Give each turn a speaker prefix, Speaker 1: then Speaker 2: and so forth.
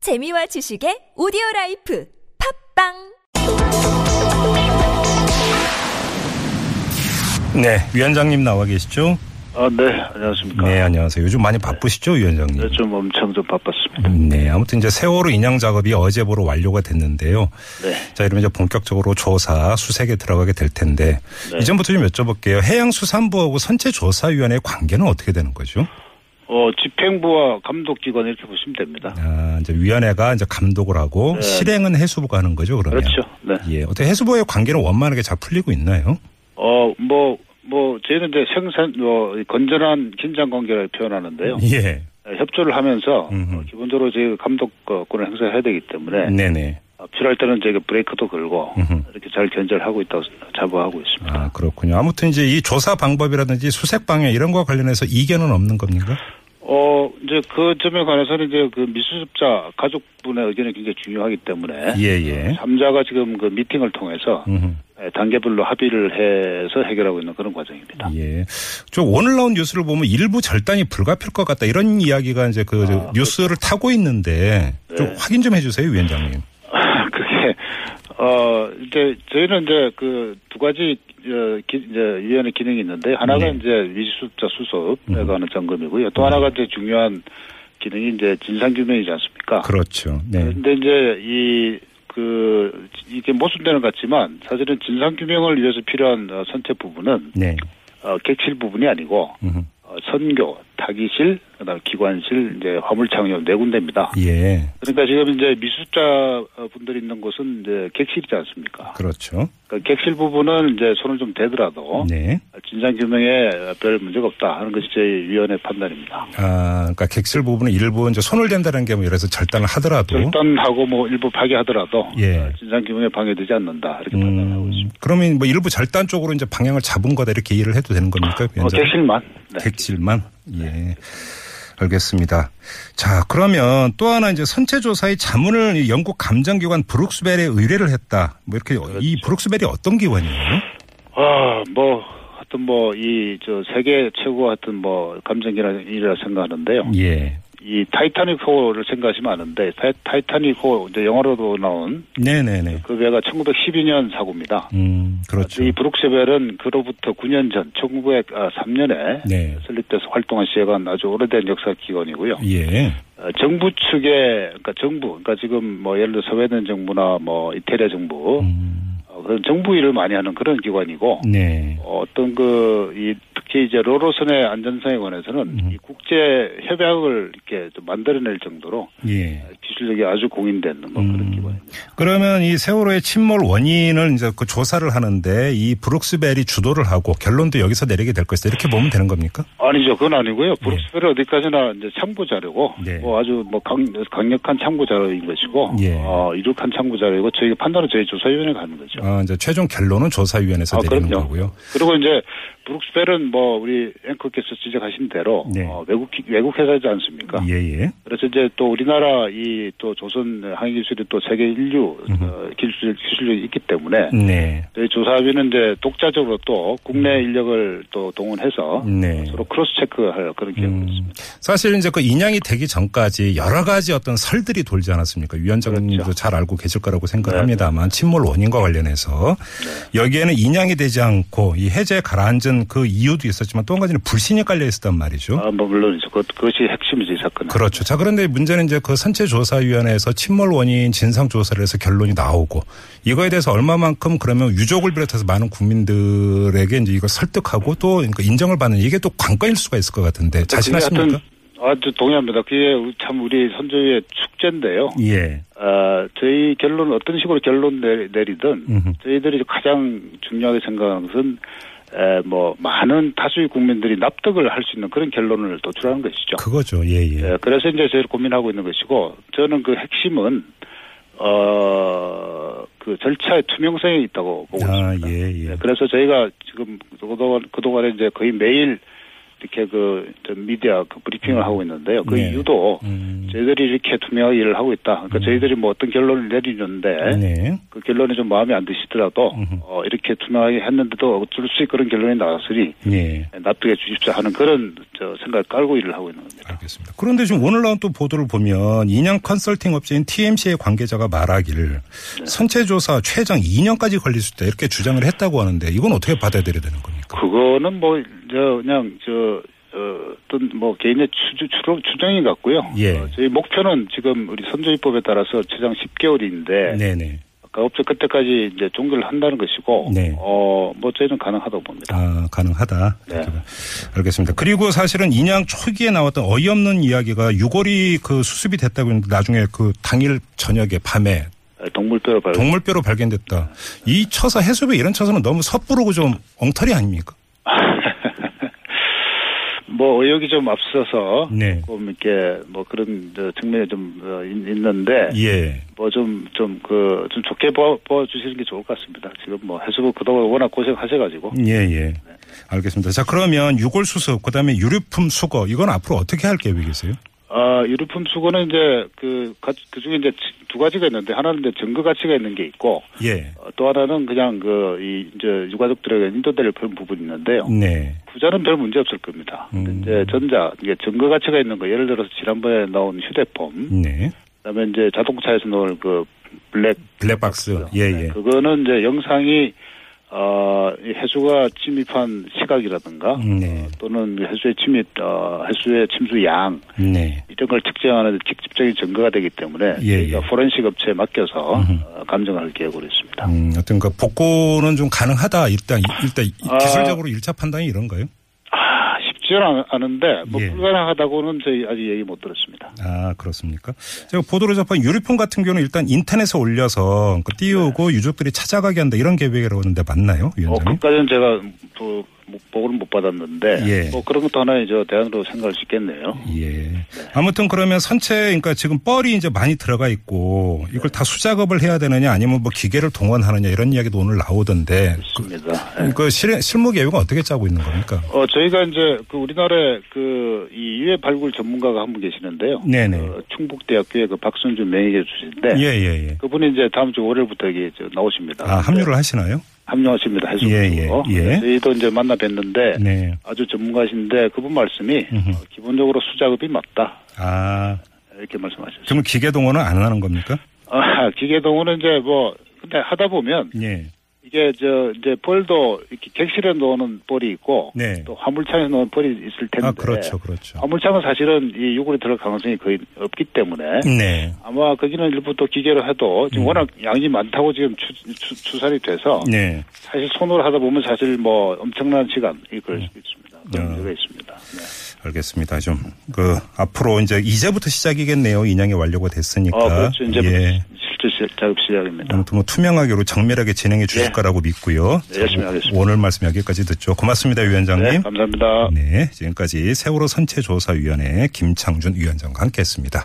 Speaker 1: 재미와 지식의 오디오 라이프 팝빵
Speaker 2: 네, 위원장님 나와 계시죠?
Speaker 3: 아, 네, 안녕하십니까.
Speaker 2: 네, 안녕하세요. 요즘 많이 바쁘시죠,
Speaker 3: 네,
Speaker 2: 위원장님?
Speaker 3: 좀 엄청 좀 바빴습니다.
Speaker 2: 네, 아무튼 이제 세월호 인양 작업이 어제부로 완료가 됐는데요.
Speaker 3: 네.
Speaker 2: 자, 이러면 이제 본격적으로 조사 수색에 들어가게 될 텐데
Speaker 3: 네.
Speaker 2: 이전부터 좀 여쭤볼게요. 해양수산부하고 선체조사위원회의 관계는 어떻게 되는 거죠?
Speaker 3: 어, 집행부와 감독기관 이렇게 보시면 됩니다.
Speaker 2: 아, 이제 위원회가 이제 감독을 하고
Speaker 3: 네.
Speaker 2: 실행은 해수부가 하는 거죠, 그러면?
Speaker 3: 그렇죠. 네.
Speaker 2: 예, 어떻게 해수부의 관계는 원만하게 잘 풀리고 있나요?
Speaker 3: 어, 뭐, 뭐, 저희는 이제 생산, 어, 이 건전한 긴장 관계를 표현하는데요.
Speaker 2: 예,
Speaker 3: 에, 협조를 하면서,
Speaker 2: 음흠.
Speaker 3: 어, 기본적으로 저희 감독권을 행사해야 되기 때문에,
Speaker 2: 네, 네.
Speaker 3: 어, 필요할 때는 저희가 브레이크도 걸고,
Speaker 2: 음흠.
Speaker 3: 이렇게 잘 견제하고 를 있다고 자부하고 있습니다.
Speaker 2: 아, 그렇군요. 아무튼 이제 이 조사 방법이라든지 수색 방향 이런 거와 관련해서 이견은 없는 겁니까?
Speaker 3: 어, 이제 그 점에 관해서는 이제 그 미수습자 가족분의 의견이 굉장히 중요하기 때문에,
Speaker 2: 예, 예.
Speaker 3: 삼자가 지금 그 미팅을 통해서,
Speaker 2: 음흠.
Speaker 3: 예, 단계별로 합의를 해서 해결하고 있는 그런 과정입니다.
Speaker 2: 예. 저 오늘 나온 뉴스를 보면 일부 절단이 불가피할 것 같다 이런 이야기가 이제 그
Speaker 3: 아, 네.
Speaker 2: 뉴스를 타고 있는데 좀 확인 좀 해주세요 위원장님.
Speaker 3: 그게 어 이제 저희는 이제 그 두 가지 어, 기, 이제 위원회 기능이 있는데 하나가
Speaker 2: 네.
Speaker 3: 이제 위수습자 수습에 관한 점검이고요. 또 하나가 이제 중요한 기능이 이제 진상 규명이지 않습니까?
Speaker 2: 그렇죠. 네.
Speaker 3: 그런데 이제 이, 그, 이게 모순되는 것 같지만 사실은 진상규명을 위해서 필요한 어, 선체 부분은
Speaker 2: 네.
Speaker 3: 어, 객실 부분이 아니고
Speaker 2: 음흠.
Speaker 3: 어, 선교, 타기실, 그다음 기관실, 이제 화물창용 네 군데입니다.
Speaker 2: 예.
Speaker 3: 그러니까 지금 이제 미술자 어, 분들이 있는 곳은 이제 객실이지 않습니까?
Speaker 2: 그렇죠.
Speaker 3: 그러니까 객실 부분은 이제 손을 좀 대더라도
Speaker 2: 네.
Speaker 3: 진상 규명에 별 문제가 없다 하는 것이 저희 위원회 판단입니다.
Speaker 2: 아, 그러니까 객실 부분은 일부 이제 손을 댄다는 게뭐 이래서 절단을 하더라도.
Speaker 3: 절단하고 뭐 일부 파괴하더라도
Speaker 2: 예.
Speaker 3: 진상 규명에 방해되지 않는다 이렇게 판단하고 있습니다.
Speaker 2: 음, 그러면 뭐 일부 절단 쪽으로 이제 방향을 잡은 거다 이렇게 이해를 해도 되는 겁니까
Speaker 3: 어,
Speaker 2: 위원장님?
Speaker 3: 객실만. 네.
Speaker 2: 객실만 예 알겠습니다. 자 그러면 또 하나 이제 선체 조사의 자문을 이 영국 감정기관 브룩스벨에 의뢰를 했다. 뭐 이렇게
Speaker 3: 그렇죠.
Speaker 2: 이 브룩스벨이 어떤 기관이에요?
Speaker 3: 아, 뭐 하여튼 뭐 이 저 세계 최고 하여튼 뭐 감정이라 생각하는데요.
Speaker 2: 예.
Speaker 3: 이 타이타닉 호를 생각하시면 아는데 타- 타이타닉 호 이제 영화로도 나온
Speaker 2: 네네네.
Speaker 3: 그 배가 1912년 사고입니다.
Speaker 2: 음 그렇죠.
Speaker 3: 이 브룩세벨은 그로부터 9년 전 1903년에
Speaker 2: 네.
Speaker 3: 설립돼서 활동한 시에간 아주 오래된 역사 기관이고요.
Speaker 2: 예.
Speaker 3: 어, 정부 측에 그러니까 정부 그러니까 지금 뭐 예를 들어 소외된 정부나 뭐 이태리 정부
Speaker 2: 음,
Speaker 3: 어, 그런 정부 일을 많이 하는 그런 기관이고
Speaker 2: 네.
Speaker 3: 어, 어떤 그, 이, 특히 이제 로로선의 안전성에 관해서는
Speaker 2: 음.
Speaker 3: 이 국제 협약을 이렇게 좀 만들어낼 정도로
Speaker 2: 예.
Speaker 3: 기술력이 아주 공인된 뭐
Speaker 2: 음.
Speaker 3: 그런 기관입니다.
Speaker 2: 그러면 이 세월호의 침몰 원인을 이제 그 조사를 하는데 이 브룩스벨이 주도를 하고 결론도 여기서 내리게 될 것이다 이렇게 보면 되는 겁니까?
Speaker 3: 아니죠. 그건 아니고요. 브룩스벨은 어디까지나 이제 참고 자료고,
Speaker 2: 네.
Speaker 3: 뭐 아주 뭐 강, 강력한 참고 자료인 것이고,
Speaker 2: 예.
Speaker 3: 어, 이룩한 참고 자료이고, 저희가 판단은 저희 조사위원회 가는 거죠.
Speaker 2: 아, 이제 최종 결론은 조사위원회에서
Speaker 3: 그렇죠. 아,
Speaker 2: 내리는
Speaker 3: 그럼요.
Speaker 2: 거고요.
Speaker 3: 그리고 이제 브룩스벨은 뭐 우리 앵커께서 지적하신 대로
Speaker 2: 네.
Speaker 3: 어, 외국 기- 외국 회사지 않습니까?
Speaker 2: 예예.
Speaker 3: 그래서 이제 또 우리나라 이 또 조선 항해 기술이 또 세계 인류 어, 기술 기술력이 있기 때문에
Speaker 2: 네.
Speaker 3: 저희 조사위는 이제 독자적으로 또
Speaker 2: 음.
Speaker 3: 국내 인력을 또 동원해서
Speaker 2: 네. 음.
Speaker 3: 서로 크로스 체크할 그런 계획이 있습니다.
Speaker 2: 사실 이제 그 인양이 되기 전까지 여러 가지 어떤 설들이 돌지 않았습니까? 위원장님도
Speaker 3: 그렇죠. 네.
Speaker 2: 잘 알고 계실 거라고 생각합니다만 침몰 원인과 관련해서 여기에는 인양이 되지 않고 이 해제에 가라앉은 그 이유도 있었지만 또 한 가지는 불신이 깔려 있었단 말이죠.
Speaker 3: 아, 뭐 물론이죠. 그것, 그것이 핵심이죠, 이 사건은.
Speaker 2: 그렇죠. 자, 그런데 문제는 이제 그 선체조사위원회에서 침몰 원인 진상조사를 해서 결론이 나오고 이거에 대해서 얼마만큼 그러면 유족을 비롯해서 많은 국민들에게 이제 이걸 설득하고 또 그러니까 인정을 받는 이게 또 관건일 수가 있을 것
Speaker 3: 네,
Speaker 2: 같은데 자신하십니까?
Speaker 3: 아주 동의합니다. 그게 우리- 참 우리 선조의 축제인데요.
Speaker 2: 예.
Speaker 3: 아, 저희 결론 어떤 식으로 결론 내- 내리든
Speaker 2: 음흠.
Speaker 3: 저희들이 가장 중요하게 생각하는 것은 에, 뭐 많은 다수의 국민들이 납득을 할 수 있는 그런 결론을 도출하는 것이죠.
Speaker 2: 그거죠. 예, 예.
Speaker 3: 예, 그래서 이제 저희를 고민하고 있는 것이고 저는 그 핵심은 어, 어그 절차의 투명성이 있다고 보고
Speaker 2: 아,
Speaker 3: 있습니다.
Speaker 2: 예, 예.
Speaker 3: 그래서 저희가 지금 그동안 그동안에 이제 거의 매일 이렇게 그저 미디어 그 브리핑을 하고 있는데요. 그
Speaker 2: 네.
Speaker 3: 이유도
Speaker 2: 음.
Speaker 3: 저희들이 이렇게 투명하게 일을 하고 있다. 그러니까 저희들이 뭐 어떤 결론을 내리는데
Speaker 2: 네.
Speaker 3: 그 결론이 좀 마음에 안 드시더라도 어, 이렇게 투명하게 했는데도 어쩔 수 없이 그런 결론이 나왔으니
Speaker 2: 예.
Speaker 3: 납득해 주십사 하는 그런 저 생각을 깔고 일을 하고 있는 겁니다.
Speaker 2: 알겠습니다. 그런데 지금 오늘 나온 또 보도를 보면 인양 컨설팅 업체인 TMC의 관계자가 말하길 선체조사 최장 2년까지 걸릴 수 있다 이렇게 주장을 했다고 하는데 이건 어떻게 받아들여야 되는 겁니까?
Speaker 3: 그거는 뭐 저 그냥 저 어, 어떤 뭐 개인의 추, 추, 추정인 것 같고요.
Speaker 2: 예.
Speaker 3: 어, 저희 목표는 지금 우리 선조입법에 따라서 최장 10개월인데
Speaker 2: 네네.
Speaker 3: 그 업체 그때까지 이제 종결을 한다는 것이고
Speaker 2: 네.
Speaker 3: 어뭐 저희는 가능하다고 봅니다.
Speaker 2: 아, 가능하다.
Speaker 3: 네.
Speaker 2: 알겠습니다. 그리고 사실은 인양 초기에 나왔던 어이없는 이야기가 유골이 그 수습이 됐다고 했는데 나중에 그 당일 저녁에 밤에
Speaker 3: 아, 동물뼈 발
Speaker 2: 동물뼈로 발견됐다. 이 처사 해수비 이런 처사는 너무 섣부르고 좀 엉터리 아닙니까?
Speaker 3: 뭐 의혹이 좀 앞서서
Speaker 2: 네.
Speaker 3: 조금 이렇게 뭐 그런 저 측면이 좀 어, 있- 있는데
Speaker 2: 예.
Speaker 3: 뭐 좀 좀 그 좀 좋게 봐, 주시는 게 좋을 것 같습니다. 지금 뭐 해수부 그동안 워낙 고생하셔가지고
Speaker 2: 예, 예. 알겠습니다. 자, 그러면 유골 수습, 그 다음에 유류품 수거, 이건 앞으로 어떻게 할 계획이세요?
Speaker 3: 아 유류품 수거는 이제 그 그 중에 이제 두 가지가 있는데 하나는 이제 증거 가치가 있는 게 있고
Speaker 2: 예.
Speaker 3: 어, 또 하나는 그냥 그 이 이제 유가족들에게 인도대를 푸는 부분이 있는데요.
Speaker 2: 네.
Speaker 3: 부자는 별 문제 없을 겁니다. 근데
Speaker 2: 음.
Speaker 3: 이제 전자 이게 증거 가치가 있는 거 예를 들어서 지난번에 나온 휴대폰,
Speaker 2: 네.
Speaker 3: 그다음에 이제 자동차에서 나올 그 블랙
Speaker 2: 블랙박스. 예,
Speaker 3: 네,
Speaker 2: 예.
Speaker 3: 그거는 이제 영상이 어, 이 해수가 침입한 시각이라든가
Speaker 2: 네.
Speaker 3: 또는 해수의 침입 어, 해수의 침수 양
Speaker 2: 네.
Speaker 3: 이런 걸 측정하는 직접적인 증거가 되기 때문에
Speaker 2: 예,
Speaker 3: 저희가
Speaker 2: 예.
Speaker 3: 포렌식 업체에 맡겨서 어, 감정할 계획으로 있습니다.
Speaker 2: 음, 어떤 그 복고는 좀 가능하다. 일단, 일단
Speaker 3: 아.
Speaker 2: 기술적으로 일차 판단이 이런가요?
Speaker 3: 아, 쉽지는 않은데 뭐
Speaker 2: 예.
Speaker 3: 불가능하다고는 저희 아직 얘기 못 들었습니다.
Speaker 2: 아, 그렇습니까? 제가 보도를 접한 유류품 같은 경우는 일단 인터넷에 올려서 그 띄우고 유족들이 찾아가게 한다 이런 계획이라고 하는데 맞나요,
Speaker 3: 네. 어,
Speaker 2: 위원장님?
Speaker 3: 그까지는 제가 그 보고는 못 받았는데
Speaker 2: 예.
Speaker 3: 뭐 그런 것도 하나의 저 대안으로 생각할 수 있겠네요.
Speaker 2: 예. 아무튼 그러면 선체, 그러니까 지금 뻘이 이제 많이 들어가 있고 이걸 다 수작업을 해야 되느냐 아니면 뭐 기계를 동원하느냐 이런 이야기도 오늘 나오던데
Speaker 3: 좋습니다. 예.
Speaker 2: 그 실, 실무 계획은 어떻게 짜고 있는 겁니까?
Speaker 3: 어 저희가 이제 그 우리나라의 그이 유해 발굴 전문가가 한 분 계시는데요.
Speaker 2: 네네.
Speaker 3: 어, 충북대학교의 그 박순준 명예 교수인데
Speaker 2: 예, 예, 예.
Speaker 3: 그분이 이제 다음 주 월요일부터 이게 저 나오십니다.
Speaker 2: 아, 합류를 하시나요?
Speaker 3: 합류하십니다. 해수부.
Speaker 2: 예, 예, 예.
Speaker 3: 저희도 이제 만나 뵀는데
Speaker 2: 네.
Speaker 3: 아주 전문가신데 그분 말씀이 어, 기본적으로 수작업이 맞다
Speaker 2: 아,
Speaker 3: 이렇게 말씀하셨어요.
Speaker 2: 정말 기계 동원은 안 하는 겁니까?
Speaker 3: 아, 기계 동호는 이제 뭐 근데 하다 보면
Speaker 2: 예.
Speaker 3: 이게 저 이제 볼도 이렇게 객실에 놓는 볼이 있고
Speaker 2: 네.
Speaker 3: 또 화물창에 놓는 볼이 있을 텐데
Speaker 2: 아, 그렇죠, 그렇죠.
Speaker 3: 화물창은 사실은 이 유골이 들어갈 가능성이 거의 없기 때문에
Speaker 2: 네.
Speaker 3: 아마 거기는 일부 또 기계로 해도
Speaker 2: 음.
Speaker 3: 지금 워낙 양이 많다고 지금 추, 추, 추산이 돼서
Speaker 2: 네.
Speaker 3: 사실 손으로 하다 보면 사실 뭐 엄청난 시간 이걸 수 있습니다. 그런
Speaker 2: 아.
Speaker 3: 문제가 있습니다. 네.
Speaker 2: 알겠습니다. 좀, 그, 앞으로 이제 이제부터 시작이겠네요. 인양이 완료가 됐으니까.
Speaker 3: 어 그렇죠 이제
Speaker 2: 예.
Speaker 3: 실제 시- 작업 시작입니다.
Speaker 2: 아무튼 뭐 투명하게로 정밀하게 진행해 주실
Speaker 3: 예.
Speaker 2: 거라고 믿고요.
Speaker 3: 네, 열심히 하겠습니다.
Speaker 2: 오늘 말씀 여기까지 듣죠. 고맙습니다,
Speaker 3: 네
Speaker 2: 위원장님.
Speaker 3: 감사합니다.
Speaker 2: 네, 지금까지 세월호 선체조사위원회 김창준 위원장과 함께했습니다.